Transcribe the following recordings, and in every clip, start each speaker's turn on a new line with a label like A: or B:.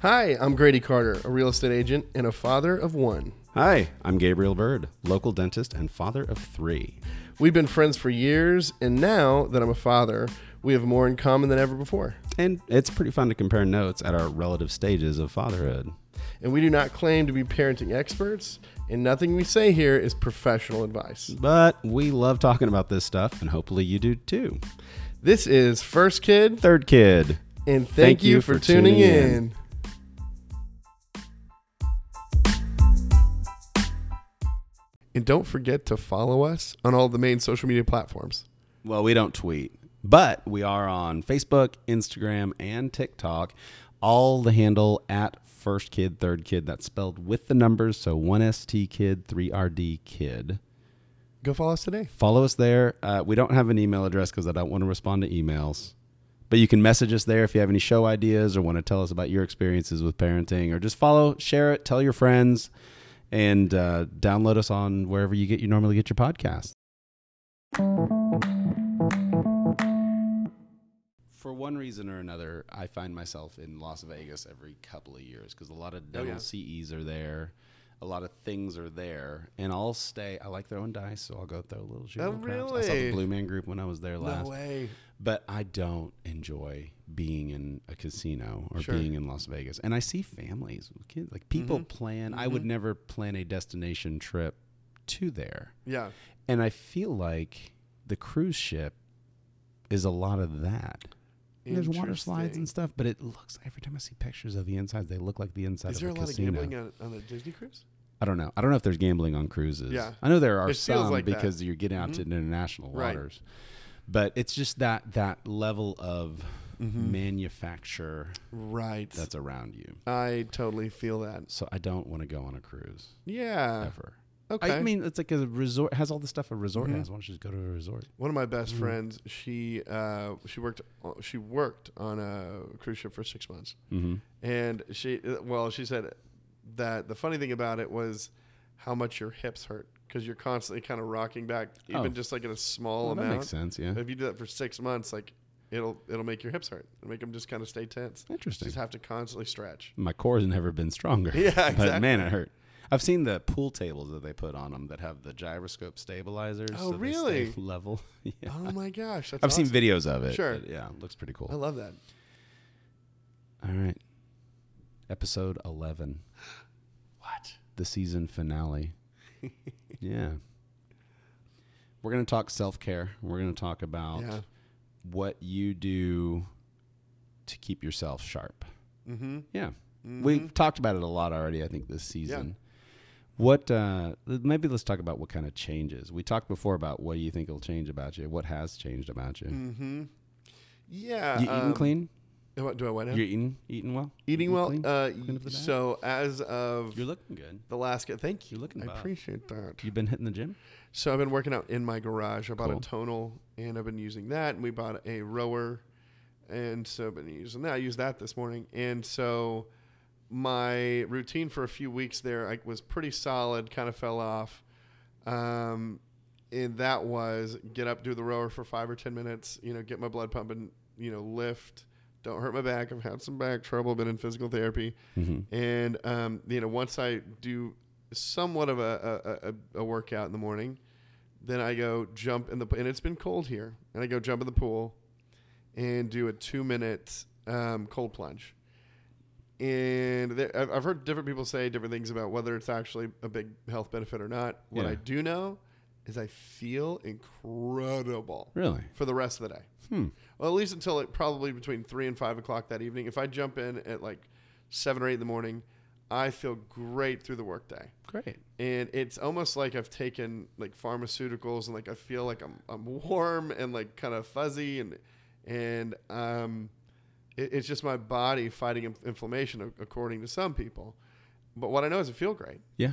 A: Hi, I'm Grady Carter, a real estate agent and a father of one.
B: Hi, I'm Gabriel Bird, local dentist and father of three.
A: We've been friends for years, and now that I'm a father, we have more in common than ever before.
B: And it's pretty fun to compare notes at our relative stages of fatherhood.
A: And we do not claim to be parenting experts, and nothing we say here is professional advice.
B: But we love talking about this stuff, and hopefully you do too.
A: This is First Kid,
B: Third kid.
A: and thank, you, for, tuning, in. And don't forget to follow us on all the main social media platforms.
B: Well, we don't tweet, but we are on Facebook, Instagram, and TikTok. All the handle at first kid, third kid. That's spelled with the numbers. So 1ST kid, 3RD kid.
A: Go follow us today.
B: Follow us there. Uh, we don't have an email address because I don't want to respond to emails. But you can message us there if you have any show ideas or want to tell us about your experiences with parenting or just follow, share it, tell your friends, and uh, download us on wherever you get you normally get your podcast. For one reason or another, I find myself in Las Vegas every couple of years because a lot of double CEs are there. A lot of things are there, and I'll stay. I like throwing dice, so I'll go throw a little. Oh, I saw
A: really?
B: the Blue Man Group when I was there last
A: way.
B: but I don't enjoy being in a casino or
A: Sure. Mm-hmm.
B: being in Las Vegas. And I see families, with kids, like people plan. I would never plan a destination trip to there.
A: Yeah.
B: And I feel like the cruise ship is a lot of that. There's water slides
A: Interesting.
B: and stuff, but it looks every time I see pictures of the insides, they look like the inside
A: Is
B: of
A: there a
B: a,
A: lot of
B: casino.
A: gambling on, on the Disney cruise?
B: I don't know. I don't know if there's gambling on cruises.
A: Yeah.
B: I know there are
A: It feels
B: some
A: like that. Mm-hmm.
B: because you're getting out to international
A: Right.
B: waters. But it's just that that level of
A: Hmm.
B: Mm-hmm. manufacture
A: Right.
B: that's around you.
A: I totally feel that.
B: So I don't want to go on a cruise
A: Yeah.
B: ever.
A: Uh, Okay. Mm-hmm.
B: I mean, it's like a resort has all the stuff a resort has. Why don't you just go to a resort?
A: One of my best
B: Mm-hmm.
A: friends, she uh, she worked she worked on a cruise ship for six months,
B: Mm-hmm.
A: and she well she said that the funny thing about it was how much your hips hurt because you're constantly kind of rocking back, even
B: Oh.
A: just like in a small
B: Well, that
A: amount.
B: makes sense. Yeah.
A: If you do that for six months, like it'll it'll make your hips hurt, it'll make them just kind of stay tense.
B: Interesting.
A: Just have to constantly stretch.
B: My core's never been stronger.
A: Yeah,
B: But man,
A: exactly.
B: it hurt. I've seen the pool tables that they put on them that have the gyroscope stabilizers.
A: Oh,
B: so they stay
A: really?
B: Level. yeah.
A: Oh my gosh, that's
B: I've
A: awesome.
B: seen videos of it.
A: Sure.
B: but yeah, it looks pretty cool.
A: I love that.
B: All right. Episode 11,
A: What?
B: the season finale. yeah. We're going to talk self care. We're going to talk about
A: Yeah.
B: what you do to keep yourself sharp.
A: Mm-hmm.
B: Yeah. We've talked about it a lot already, I think, this season.
A: Yeah.
B: What, uh, maybe let's talk about what kind of changes. We talked before about what do you think will change about you? What has changed about you?
A: Mm-hmm. Yeah.
B: You eating
A: um,
B: clean?
A: What, do I want to?
B: You're eating, eating well?
A: Eating well.
B: clean?
A: Uh,
B: Clean up the diet?
A: so as of
B: You're looking good.
A: the last, g- thank you.
B: You're looking
A: I
B: buff.
A: appreciate that.
B: You've been hitting the gym?
A: So I've been working out in my garage. I bought a
B: Cool.
A: tonal, and I've been using that. And we bought a rower, and so I've been using that. I used that this morning, and so my routine for a few weeks there I was pretty solid. Kind of fell off. Um, and that was get up, do the rower for five or ten minutes. You know, get my blood pumping. You know, lift. Don't hurt my back. I've had some back trouble. Been in physical therapy.
B: Mm-hmm.
A: And um, you know, once I do somewhat of a, a, a, a workout in the morning, then I go jump in the and it's been cold here, and I go jump in the pool, and do a two minute um, cold plunge. And there, I've, I've heard different people say different things about whether it's actually a big health benefit or not. What
B: Yeah.
A: I do know is I feel incredible
B: Really?
A: for the rest of the day.
B: Hmm.
A: Well, at least until like probably between three and five o'clock that evening. If I jump in at like seven or eight in the morning, I feel great through the workday.
B: Great.
A: And it's almost like I've taken like pharmaceuticals and like I feel like I'm, I'm warm and like kind of fuzzy and and um, it, it's just my body fighting in- inflammation a- according to some people. But what I know is I feel great.
B: Yeah.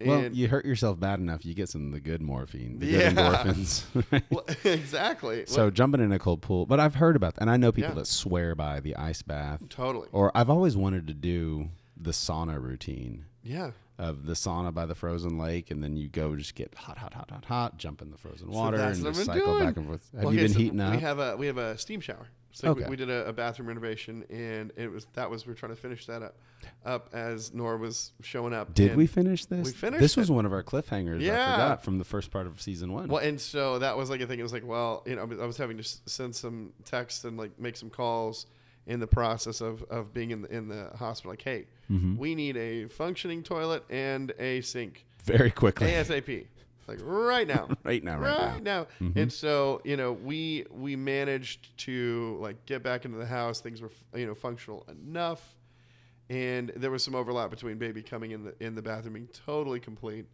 A: And
B: well, you hurt yourself bad enough, you get some of the good morphine, the
A: Yeah.
B: good endorphins. right?
A: well, exactly.
B: so jumping in a cold pool, but I've heard about that, and I know people
A: Yeah.
B: that swear by the ice bath,
A: totally.
B: or I've always wanted to do the sauna routine.
A: Yeah.
B: of the sauna by the frozen lake, and then you go just get hot, hot, hot, hot, hot, jump in the frozen water,
A: that's
B: and
A: what I've
B: just
A: been
B: cycle
A: doing.
B: back and forth. Have
A: Well,
B: you
A: okay,
B: been
A: so
B: heating
A: We
B: up?
A: have a we have a steam shower. So like we-
B: Okay.
A: we, did a, a bathroom renovation, and it was that was we were trying to finish that up, up as Nora was showing up.
B: Did
A: and-
B: we finish this?
A: We finished
B: This was one of our cliffhangers. I
A: Yeah.
B: forgot from the first part of season one.
A: Well, and so that was like a thing. It was like, well, you know, I was- I was having to s- send some texts and like make some calls in the process of, of being in the, in the hospital. Like, hey,
B: Mm-hmm.
A: we need a functioning toilet and a sink
B: Very quickly.
A: ASAP, like right now,
B: Right now, right
A: right,
B: now. Mm-hmm.
A: now. And so you know, we we managed to like get back into the house. Things were you know functional enough, and there was some overlap between baby coming in the in the bathroom being totally complete.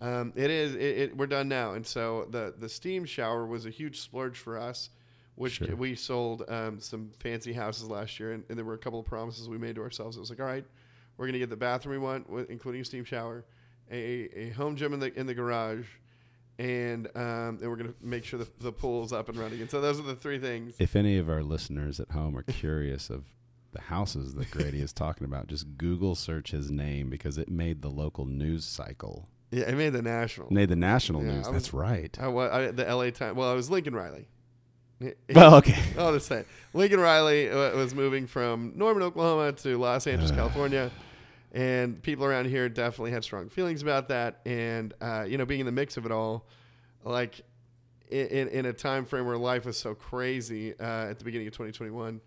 A: Um, it is. It, it, we're done now, and so the the steam shower was a huge splurge for us, which
B: Sure.
A: we sold um, some fancy houses last year, and, and there were a couple of promises we made to ourselves. It was like, all right, we're gonna get the bathroom we want, with, including a steam shower, a, a home gym in the in the garage, and um, and we're gonna make sure the, the pool's up and running. And so those are the three things.
B: If any of our listeners at home are curious of the houses that Grady is talking about, just Google search his name because it made the local news cycle.
A: Yeah, I made the national.
B: It made the national
A: Yeah,
B: news.
A: I was-
B: That's right.
A: I, wa- I, the L.A. time. Well, I was Lincoln Riley.
B: Well, okay.
A: I'll just say Lincoln Riley uh, was moving from Norman, Oklahoma to Los Angeles, California. And people around here definitely had strong feelings about that. And, uh, you know, being in the mix of it all, like i- in, in a time frame where life was so crazy uh, at the beginning of 2021,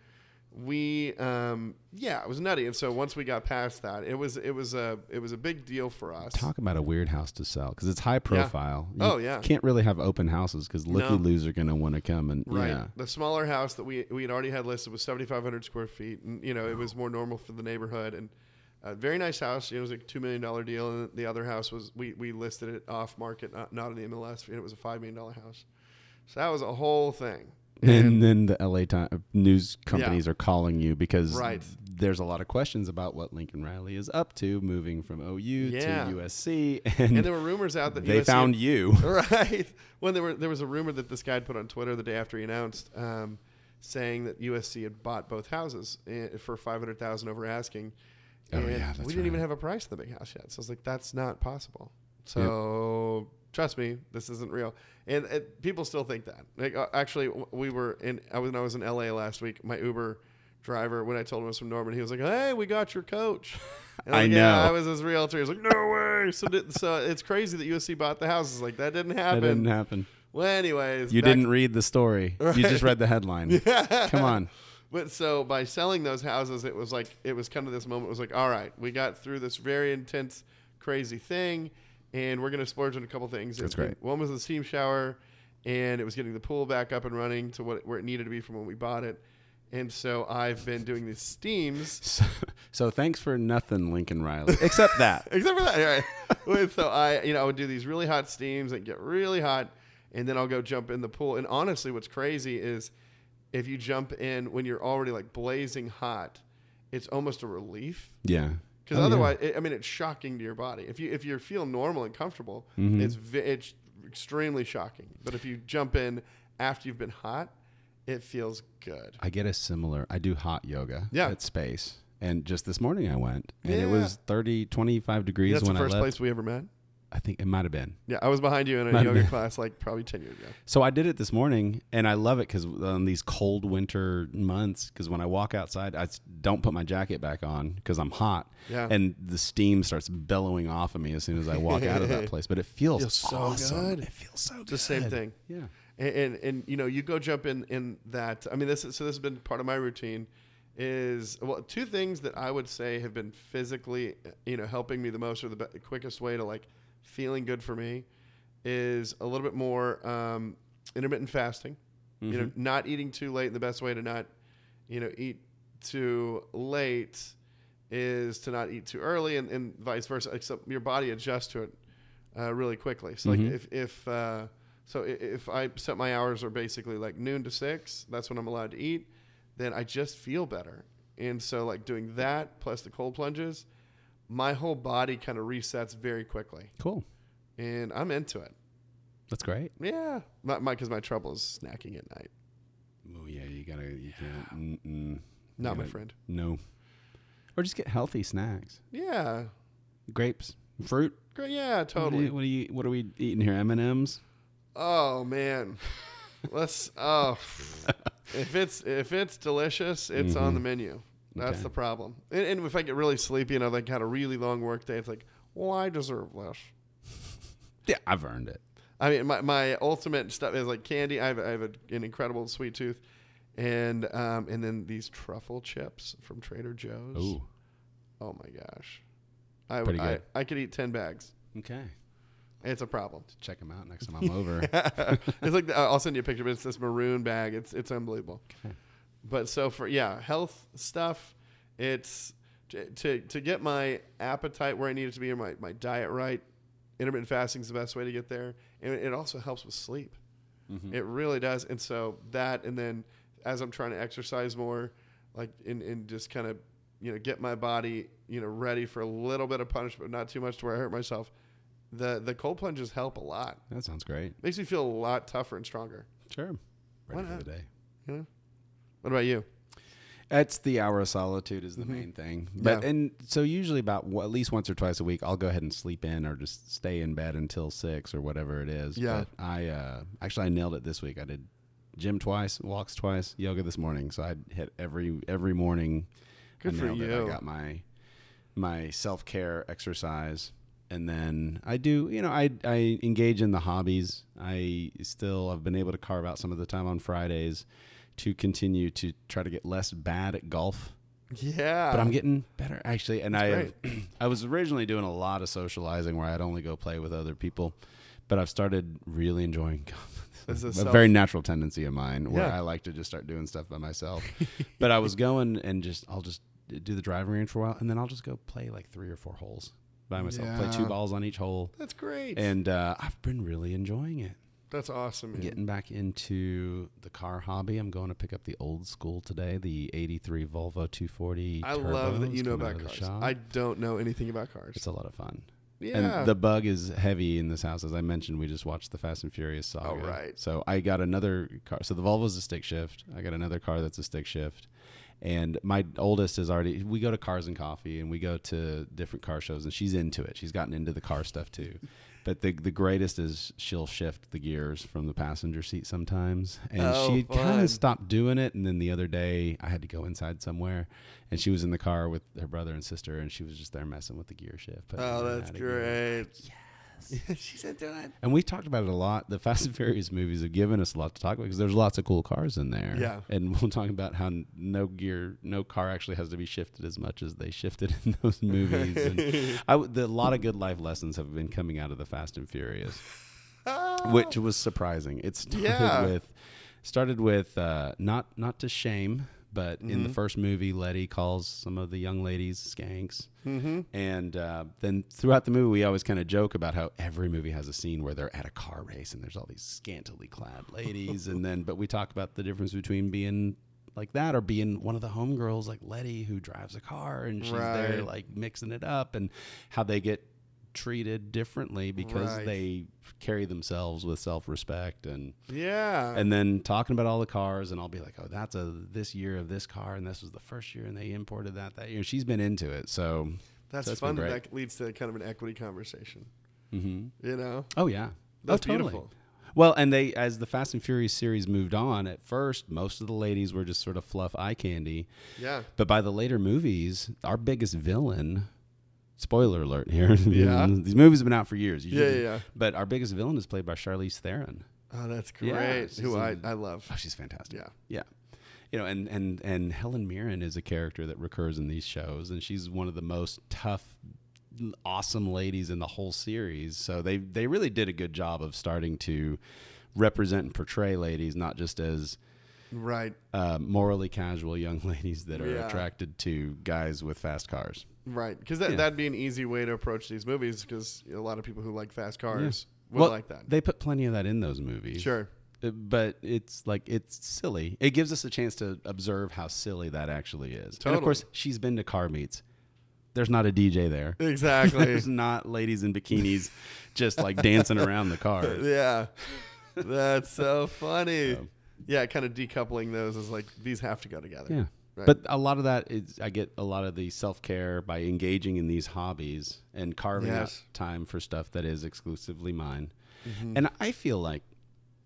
A: we, um, yeah, it was nutty. And so once we got past that, it was, it was a, it was a big deal for us.
B: Talk about a weird house to sell because it's high profile. You
A: Oh, yeah.
B: Can't really have open houses because looky loos are going to want to come and
A: Right.
B: yeah.
A: The smaller house that we we had already had listed was 7,500 square feet, and you know it was more normal for the neighborhood and a very nice house. You know, it was like a two million dollar deal, and the other house was we we listed it off market, not, not in the MLS, and it was a five million dollar house. So that was a whole thing.
B: And then the LA time, uh, news companies are calling you because
A: Right.
B: there's a lot of questions about what Lincoln Riley is up to moving from OU
A: Yeah.
B: to USC. And,
A: And there were rumors out that
B: they
A: USC
B: found you.
A: right when there were there was a rumor that this guy had put on Twitter the day after he announced, um, saying that USC had bought both houses eh, for five hundred thousand over asking.
B: Oh,
A: and
B: yeah, that's
A: we didn't even
B: right.
A: have a price on the big house yet. So I was like, that's not possible. So trust me, this isn't real. And it, people still think that. Like uh, actually, w- we were in. I was when I was in LA last week. My Uber driver, when I told him I was from Norman, he was like, "Hey, we got your coach." And
B: I
A: like, yeah,
B: know.
A: I was his realtor. He was like, "No way!" So, did, so it's crazy that USC bought the houses. Like that didn't
B: That
A: happen.
B: didn't happen.
A: Well, anyways,
B: You
A: back-
B: didn't read the story. You just read the headline. Come on.
A: But so by selling those houses, it was like it was kind of this moment. It was like, all right, we got through this very intense, crazy thing, and we're gonna splurge on a couple things.
B: That's
A: And- and
B: great.
A: One was the steam shower, and it was getting the pool back up and running to what where it needed to be from when we bought it. And so I've been doing these steams.
B: So, so thanks for nothing, Lincoln Riley, except that.
A: except for that. All right. Wait, so I, you know, I would do these really hot steams and get really hot, and then I'll go jump in the pool. And honestly, what's crazy is if you jump in when you're already like blazing hot, it's almost a relief
B: Yeah.
A: because
B: Oh, yeah.
A: otherwise, it, I mean, it's shocking to your body. If you if you feel normal and comfortable,
B: Mm-hmm.
A: it's ve- it's extremely shocking. But if you jump in after you've been hot, it feels good.
B: I get a similar. I do hot yoga
A: Yeah.
B: at space. And just this morning I went and
A: Yeah.
B: it was 30, 25 degrees
A: That's the
B: when I
A: first
B: left.
A: place we ever met.
B: I think it might have been.
A: Yeah, I was behind you in a
B: Might
A: yoga
B: be.
A: class like probably ten years ago.
B: So I did it this morning, and I love it because on these cold winter months, because when I walk outside, I s- don't put my jacket back on because I'm hot,
A: Yeah.
B: and the steam starts bellowing off of me as soon as I walk out of that place. But it feels,
A: Feels so
B: awesome.
A: good.
B: It feels so
A: The
B: good.
A: same thing.
B: Yeah.
A: and, and and you know you go jump in in that i mean this is, so this has been part of my routine is well two things that i would say have been physically you know helping me the most or the be- quickest way to like feeling good for me is a little bit more um, intermittent fasting you know not eating too late and the best way to not you know eat too late is to not eat too early and, and vice versa except your body adjusts to it uh, really quickly so like if if uh, so i- if i set my hours are basically like noon to six that's when i'm allowed to eat then i just feel better and so like doing that plus the cold plunges my whole body kind of resets very quickly
B: Cool.
A: and i'm into it
B: That's great.
A: yeah not my because my trouble is snacking at night
B: Oh yeah, you gotta. You can't. Mm-mm.
A: not my
B: Yeah.
A: friend
B: No. Or just get healthy snacks.
A: yeah
B: grapes, fruit.
A: Great. Yeah,
B: What are
A: totally.
B: you- What are you? What are we eating here? M and M's.
A: Oh man, let's. Oh, if it's if it's delicious, it's on the menu. That's
B: Mm-hmm. Okay.
A: the problem. And, and if I get really sleepy and I've like had a really long work day, it's like, well, I deserve less.
B: Yeah, I've earned it.
A: I mean, my, my ultimate stuff is like candy. I have, I have a, an incredible sweet tooth, and um, and then these truffle chips from Trader Joe's.
B: Ooh.
A: Oh my gosh, I, would
B: Pretty
A: I
B: good.
A: I could eat ten bags.
B: Okay.
A: It's a problem.
B: Check them out next time I'm over.
A: it's like the, I'll send you a picture, but it's this maroon bag. It's it's unbelievable.
B: Okay.
A: But so for yeah, health stuff, it's to, to to get my appetite where I need it to be and my, my diet right. Intermittent fasting is the best way to get there, and it also helps with sleep.
B: Mm-hmm.
A: It really does. And so that, and then as I'm trying to exercise more, like and, and just kind of you know get my body you know ready for a little bit of punishment, but not too much to where I hurt myself. The the cold plunges help a lot.
B: That sounds great.
A: Makes me feel a lot tougher and stronger.
B: Sure. Ready for
A: not?
B: the day.
A: You know. What about you?
B: That's the hour of solitude is the main thing. But
A: Mm-hmm. Yeah.
B: and so usually about w- at least once or twice a week, I'll go ahead and sleep in or just stay in bed until six or whatever it is.
A: Yeah.
B: But I uh, actually I nailed it this week. I did gym twice, walks twice, yoga this morning. So I hit every every morning.
A: Good
B: I
A: for
B: nailed It. I
A: you.
B: got my my self care exercise. And then I do, you know, I, I engage in the hobbies. I still have been able to carve out some of the time on Fridays to continue to try to get less bad at golf
A: Yeah.
B: but I'm getting better actually. And I, I was originally doing a lot of socializing where I'd only go play with other people, but I've started really enjoying.
A: This
B: a
A: is self-
B: very natural tendency of mine where
A: Yeah.
B: I like to just start doing stuff by myself. but I was going and just I'll just do the driving range for a while, and then I'll just go play like three or four holes by myself. Play two
A: Yeah.
B: balls on each hole,
A: That's great.
B: and uh, I've been really enjoying it.
A: That's awesome. man.
B: Getting back into the car hobby, I'm going to pick up the old school today, the '83 Volvo 240.
A: I love that
B: turbos
A: you know
B: coming out
A: about
B: of the
A: cars.
B: shop.
A: I don't know anything about cars.
B: It's a lot of fun.
A: yeah.
B: And the bug is heavy in this house. As I mentioned, we just watched the Fast and Furious saga.
A: Oh, right.
B: So I got another car. So the Volvo's a stick shift. I got another car that's a stick shift. And my oldest is already, we go to Cars and Coffee and we go to different car shows and she's into it. She's gotten into the car stuff too. But the, the greatest is she'll shift the gears from the passenger seat sometimes. And
A: Oh,
B: she kind
A: fun.
B: of stopped doing it. And then the other day, I had to go inside somewhere, and she was in the car with her brother and sister, and she was just there messing with the gear shift. putting it
A: oh,
B: in and
A: that's
B: out of gear.
A: great. Yes. she said do it.
B: And we talked about it a lot. The Fast and Furious movies have given us a lot to talk about because there's lots of cool cars in there.
A: Yeah.
B: And we'll talk about how n- no gear, no car actually has to be shifted as much as they shifted in those movies. And I w- the, a lot of good life lessons have been coming out of the Fast and Furious,
A: Oh,
B: which was surprising. It started
A: Yeah.
B: with started with uh, not not to shame, but in
A: Mm-hmm.
B: the first movie, Letty calls some of the young ladies skanks, mm-hmm. and uh, then throughout the movie, we always kind of joke about how every movie has a scene where they're at a car race and there's all these scantily clad ladies, and then but we talk about the difference between being like that or being one of the homegirls like Letty who drives a car and she's there
A: Right.
B: like mixing it up and how they get treated differently because
A: Right.
B: they carry themselves with self-respect and
A: Yeah.
B: and then talking about all the cars and I'll be like, oh, that's a this year of this car and this was the first year and they imported that that year. She's been into it, so
A: that's,
B: that's
A: fun.
B: been
A: That,
B: great.
A: that leads to kind of an equity conversation.
B: Mhm.
A: You know?
B: oh yeah,
A: That's
B: oh, totally.
A: beautiful.
B: Well, and they as the Fast and Furious series moved on, at first most of the ladies were just sort of fluff eye candy,
A: Yeah.
B: but by the later movies, our biggest villain. Spoiler alert here.
A: Yeah.
B: These movies have been out for years. You
A: Yeah,
B: should-
A: yeah, yeah.
B: But our biggest villain is played by Charlize Theron.
A: Oh, that's
B: Yeah,
A: great.
B: it's
A: Who I,
B: just a-
A: I love.
B: Oh, she's fantastic.
A: Yeah.
B: Yeah. You know, and, and, and Helen Mirren is a character that recurs in these shows, and she's one of the most tough, awesome ladies in the whole series. So they, they really did a good job of starting to represent and portray ladies, not just as
A: Right.
B: uh, morally casual young ladies that are
A: Yeah.
B: attracted to guys with fast cars.
A: Right. Because that,
B: Yeah.
A: that'd be an easy way to approach these movies because a lot of people who like fast cars would
B: Well,
A: like that.
B: They put plenty of that in those movies.
A: Sure.
B: Uh, But it's like, it's silly. It gives us a chance to observe how silly that actually is. And of
A: Totally.
B: course, she's been to car meets. There's not a DJ there.
A: Exactly.
B: There's not ladies in bikinis just like dancing around the car.
A: yeah. That's so funny. yeah, kind of decoupling those is like these have to go together.
B: Yeah.
A: Right.
B: But a lot of that is I get a lot of the self care by engaging in these hobbies and carving
A: Yes.
B: out time for stuff that is exclusively mine. And I feel like,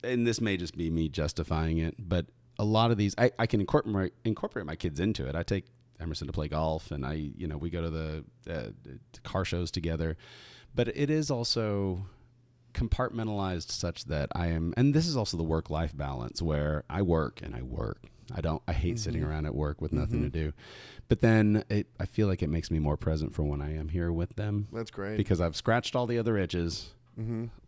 B: and this may just be me justifying it, but a lot of these I, I can incorporate incorporate my kids into it. I take Emerson to play golf, and I you know we go to the uh, to car shows together, but it is also compartmentalized such that I am, and this is also the work life balance where I work and I work. I don't, I hate sitting around at work with nothing to do. But then it, I feel like it makes me more present for when I am here with them
A: That's great. Mm-hmm.
B: because I've scratched all the other itches.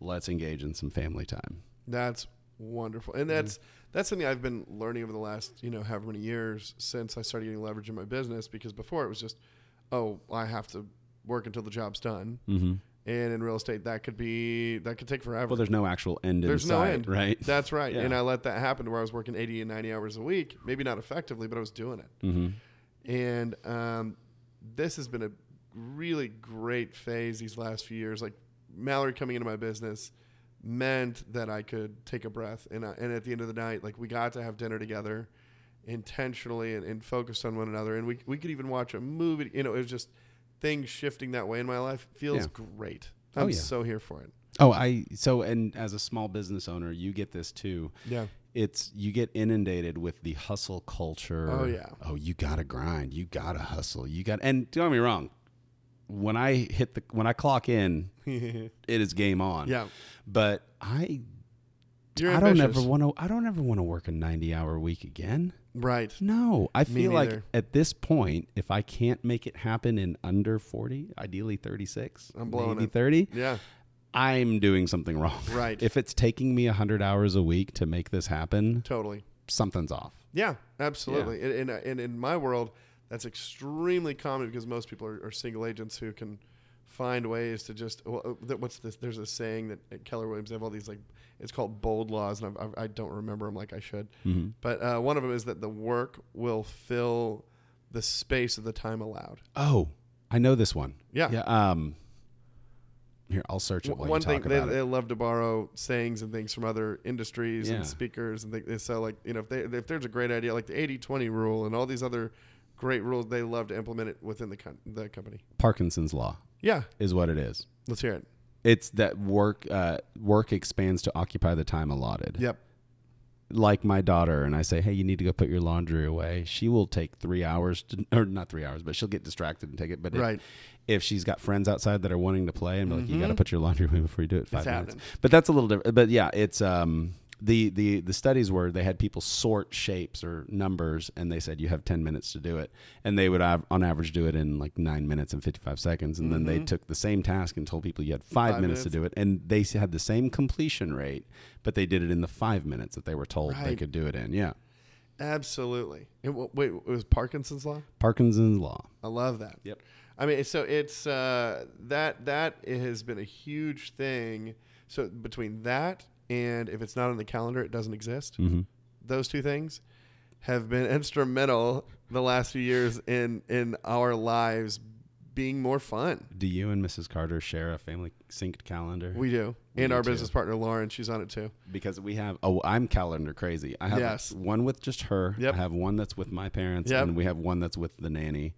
B: Let's engage in some family time.
A: That's wonderful, and that's
B: Mm-hmm.
A: that's something I've been learning over the last you know however many years since I started getting leverage in my business. Because before it was just, oh, I have to work until the job's done,
B: Mm-hmm.
A: and in real estate that could be that could take forever.
B: Well, there's no actual end in
A: There's no
B: sight,
A: end.
B: right?
A: That's right,
B: Yeah.
A: and I let that happen to where I was working eighty and ninety hours a week, maybe not effectively, but I was doing it.
B: mm-hmm.
A: And um, this has been a really great phase these last few years. Like Mallory coming into my business meant that I could take a breath. And, I, and at the end of the night, like we got to have dinner together intentionally and, and focused on one another. And we, we could even watch a movie. You know, it was just things shifting that way in my life feels
B: Yeah.
A: great.
B: Oh,
A: I'm
B: yeah.
A: so here for it.
B: Oh, I, so, and as a small business owner, you get this too.
A: Yeah.
B: it's you get inundated with the hustle culture.
A: Oh, yeah.
B: Oh, you gotta grind. You gotta hustle. You got and don't get me wrong. When I hit the when I clock in, it is game on.
A: yeah.
B: But I
A: You're
B: I don't
A: ambitious.
B: ever want to I don't ever want to work a ninety hour week again.
A: Right.
B: No, I feel like
A: neither.
B: at this point, if I can't make it happen in under forty, ideally thirty six,
A: I'm blowing
B: maybe
A: it.
B: thirty,
A: Yeah.
B: I'm doing something wrong.
A: Right.
B: if it's taking me hundred hours a week to make this happen,
A: Totally.
B: something's off.
A: Yeah, absolutely. And, and, and in my world, that's extremely common because most people are, are single agents who can find ways to just well, uh, that- what's this? There's a saying that at Keller Williams they have all these like it's called bold laws, and I've, I've, I don't remember them like I should. But uh, one of them is that the work will fill the space of the time allowed.
B: Oh, I know this one.
A: Yeah.
B: Yeah. Um, here, I'll search it
A: W-
B: while
A: One
B: you
A: thing
B: talk
A: they,
B: about
A: they
B: it.
A: love to borrow sayings and things from other industries
B: Yeah.
A: and speakers and things. So like you know if they if there's a great idea like the 80-20 rule and all these other great rules they love to implement it within the com- the company.
B: Parkinson's law
A: Yeah,
B: is what it is.
A: let's hear it.
B: It's that work uh, work expands to occupy the time allotted.
A: Yep.
B: Like my daughter, and I say, "Hey, you need to go put your laundry away." She will take three hours, to, or not three hours, but she'll get distracted and take it. But if-
A: Right.
B: if, she's got friends outside that are wanting to play, and be like, "You got to put your laundry away before you do it." Five minutes.
A: happening.
B: But that's a little different. But yeah, it's um, the the the studies were they had people sort shapes or numbers, and they said you have ten minutes to do it, and they would av- on average do it in like nine minutes and fifty five seconds, and then they took the same task and told people you had Mm-hmm. five,
A: Five
B: minutes, to do it, and they s- had the same completion rate, but they did it in the five minutes that they were told they
A: Right.
B: could do it in. Yeah,
A: Absolutely. It, w- wait, it was Parkinson's law.
B: Parkinson's law.
A: I love that.
B: Yep.
A: I mean, so it's uh, that that has been a huge thing. So between that and if it's not on the calendar, it doesn't exist.
B: Mm-hmm.
A: Those two things have been instrumental the last few years in in our lives being more fun.
B: Do you and Mrs. Carter share a family synced calendar?
A: We do, and
B: Me
A: our
B: too.
A: business partner Lauren, she's on it too.
B: because we have oh I'm calendar crazy. I have
A: Yes.
B: one with just her.
A: Yep.
B: I have one that's with my parents,
A: Yep.
B: and we have one that's with the nanny.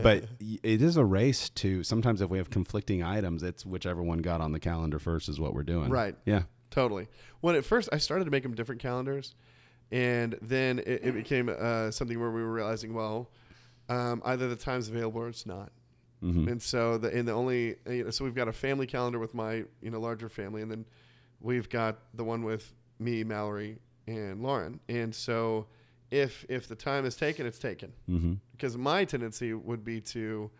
B: but y- it is a race to sometimes if we have conflicting items, it's whichever one got on the calendar first is what we're doing.
A: Right.
B: Yeah.
A: Totally. When at first I started to make them different calendars, and then it, it became uh, something where we were realizing, well, um, either the time's available or it's not.
B: Mhm.
A: And so the and the only you know, so we've got a family calendar with my you know larger family, and then we've got the one with me, Mallory, and Lauren. And so if if the time is taken, it's taken
B: Mm-hmm.
A: because my tendency would be to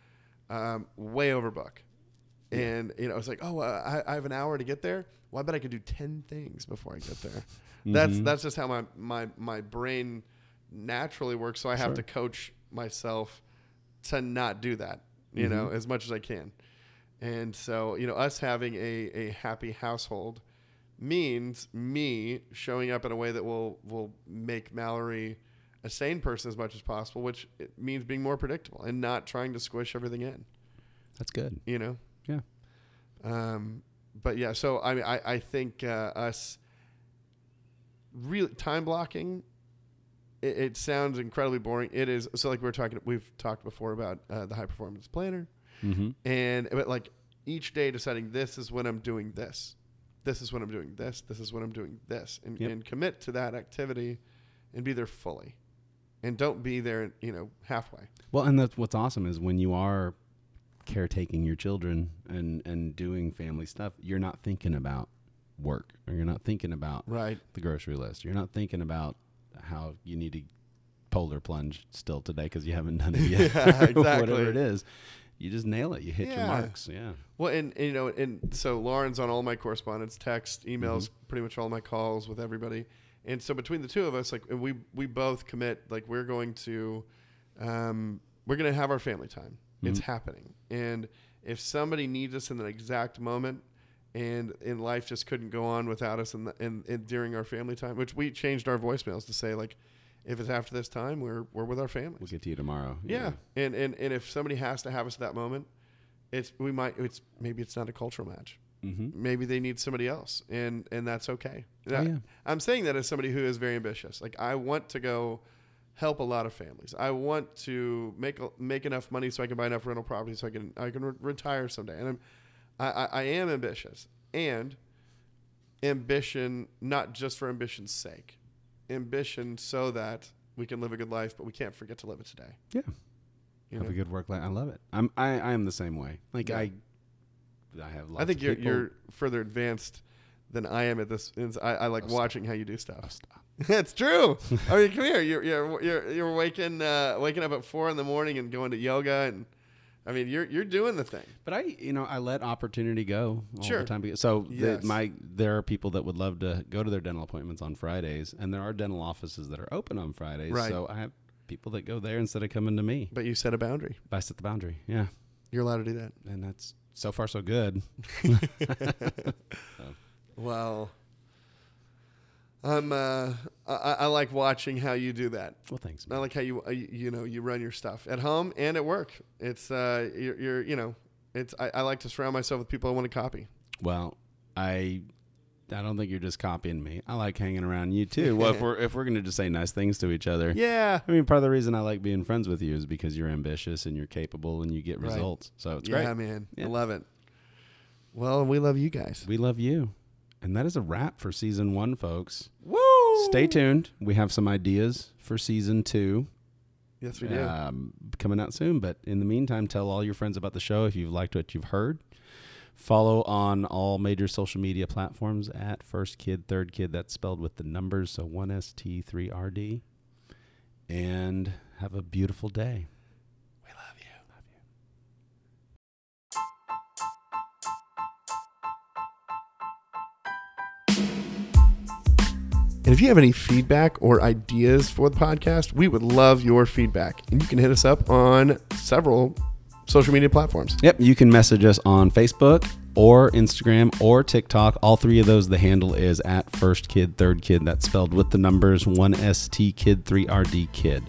A: um, way overbook. And you know, it's like, oh, uh, I, I have an hour to get there. Well, I bet I could do ten things before I get there. That's
B: Mm-hmm.
A: that's just how my my my brain naturally works. So I have
B: Sure.
A: to coach myself to not do that. You know, as much as I can. And so you know, us having a a happy household means me showing up in a way that will will make Mallory a sane person as much as possible, which it means being more predictable and not trying to squish everything in.
B: That's good.
A: You know.
B: Yeah.
A: Um, but yeah, so I mean, I I think uh, us real time blocking it, it sounds incredibly boring. It is. So like we were talking, we've talked before about uh, the high performance planner,
B: Mm-hmm.
A: and but like each day deciding this is when I'm doing this, this is when I'm doing this, this is when I'm doing this, and
B: Yep.
A: and commit to that activity, and be there fully, and don't be there you know halfway.
B: Well, and that's what's awesome is when you are caretaking your children and and doing family stuff, you're not thinking about work or you're not thinking about
A: Right.
B: the grocery list. You're not thinking about how you need to polar plunge still today because you haven't done it yet.
A: Yeah,
B: or
A: exactly.
B: Whatever it is, you just nail it. You hit
A: Yeah.
B: your marks. Yeah.
A: Well, and, and, you know, and so Lauren's on all my correspondence, text, emails, pretty much all my calls with everybody. And so between the two of us, like and we we both commit, like we're going to, um, we're going to have our family time. It's happening. And if somebody needs us in that exact moment, and in life just couldn't go on without us, and and during our family time, which we changed our voicemails to say like, if it's after this time, we're we're with our families.
B: We'll get to you tomorrow.
A: Yeah. And, and and if somebody has to have us at that moment, it's we might it's maybe it's not a cultural match.
B: Mm-hmm.
A: Maybe they need somebody else and and that's okay.
B: Oh, yeah.
A: I'm saying that as somebody who is very ambitious. Like I want to go help a lot of families. I want to make a- make enough money so I can buy enough rental property so I can I can re- retire someday. And I'm I, I, I am ambitious and ambition not just for ambition's sake. Ambition so that we can live a good life, but we can't forget to live it today.
B: Yeah.
A: you
B: have
A: know?
B: a good work life. I love it. I'm I, I am the same way. Like
A: Yeah.
B: I I have lots
A: I think
B: of
A: you're,
B: people-
A: you're further advanced than I am at this. It's- I, I like
B: Oh, stop.
A: watching how you do
B: Oh,
A: stuff.
B: stop.
A: it's true. I mean, come here. You're you're you're, you're waking uh, waking up at four in the morning and going to yoga, and I mean, you're you're doing the thing.
B: But I, you know, I let opportunity go all
A: Sure.
B: the time. because- So
A: Yes.
B: the, my there are people that would love to go to their dental appointments on Fridays, and there are dental offices that are open on Fridays.
A: Right.
B: So I have people that go there instead of coming to me.
A: But you set a boundary.
B: But I set the boundary. Yeah,
A: You're allowed to do that.
B: and that's so far so good.
A: Well, I'm uh, I, I I like watching how you do that.
B: Well, thanks.
A: I
B: Man.
A: like how you uh, you you know you run your stuff at home and at work. It's uh you're, you're you know it's I, I like to surround myself with people I want to copy.
B: Well, I. I don't think you're just copying me. I like hanging around you too. Well, if we're if we're gonna just say nice things to each other,
A: Yeah.
B: I mean, part of the reason I like being friends with you is because you're ambitious and you're capable and you get
A: Right.
B: results. So it's
A: yeah,
B: great.
A: man. I
B: Yeah.
A: love it. Well, we love you guys.
B: We love you. And that is a wrap for season one, folks.
A: Woo!
B: Stay tuned. We have some ideas for season two
A: Yes, we do.
B: um, coming out soon. But in the meantime, tell all your friends about the show if you've liked what you've heard. Follow on all major social media platforms at First Kid, Third Kid. That's spelled with the numbers. So 1ST3RD. And have a beautiful day. We love you. Love you.
A: And if you have any feedback or ideas for the podcast, we would love your feedback. And you can hit us up on several social media platforms.
B: Yep, you can message us on Facebook or Instagram or TikTok. All three of those, the handle is at first kid, third kid. That's spelled with the numbers one ST kid, three RD kid.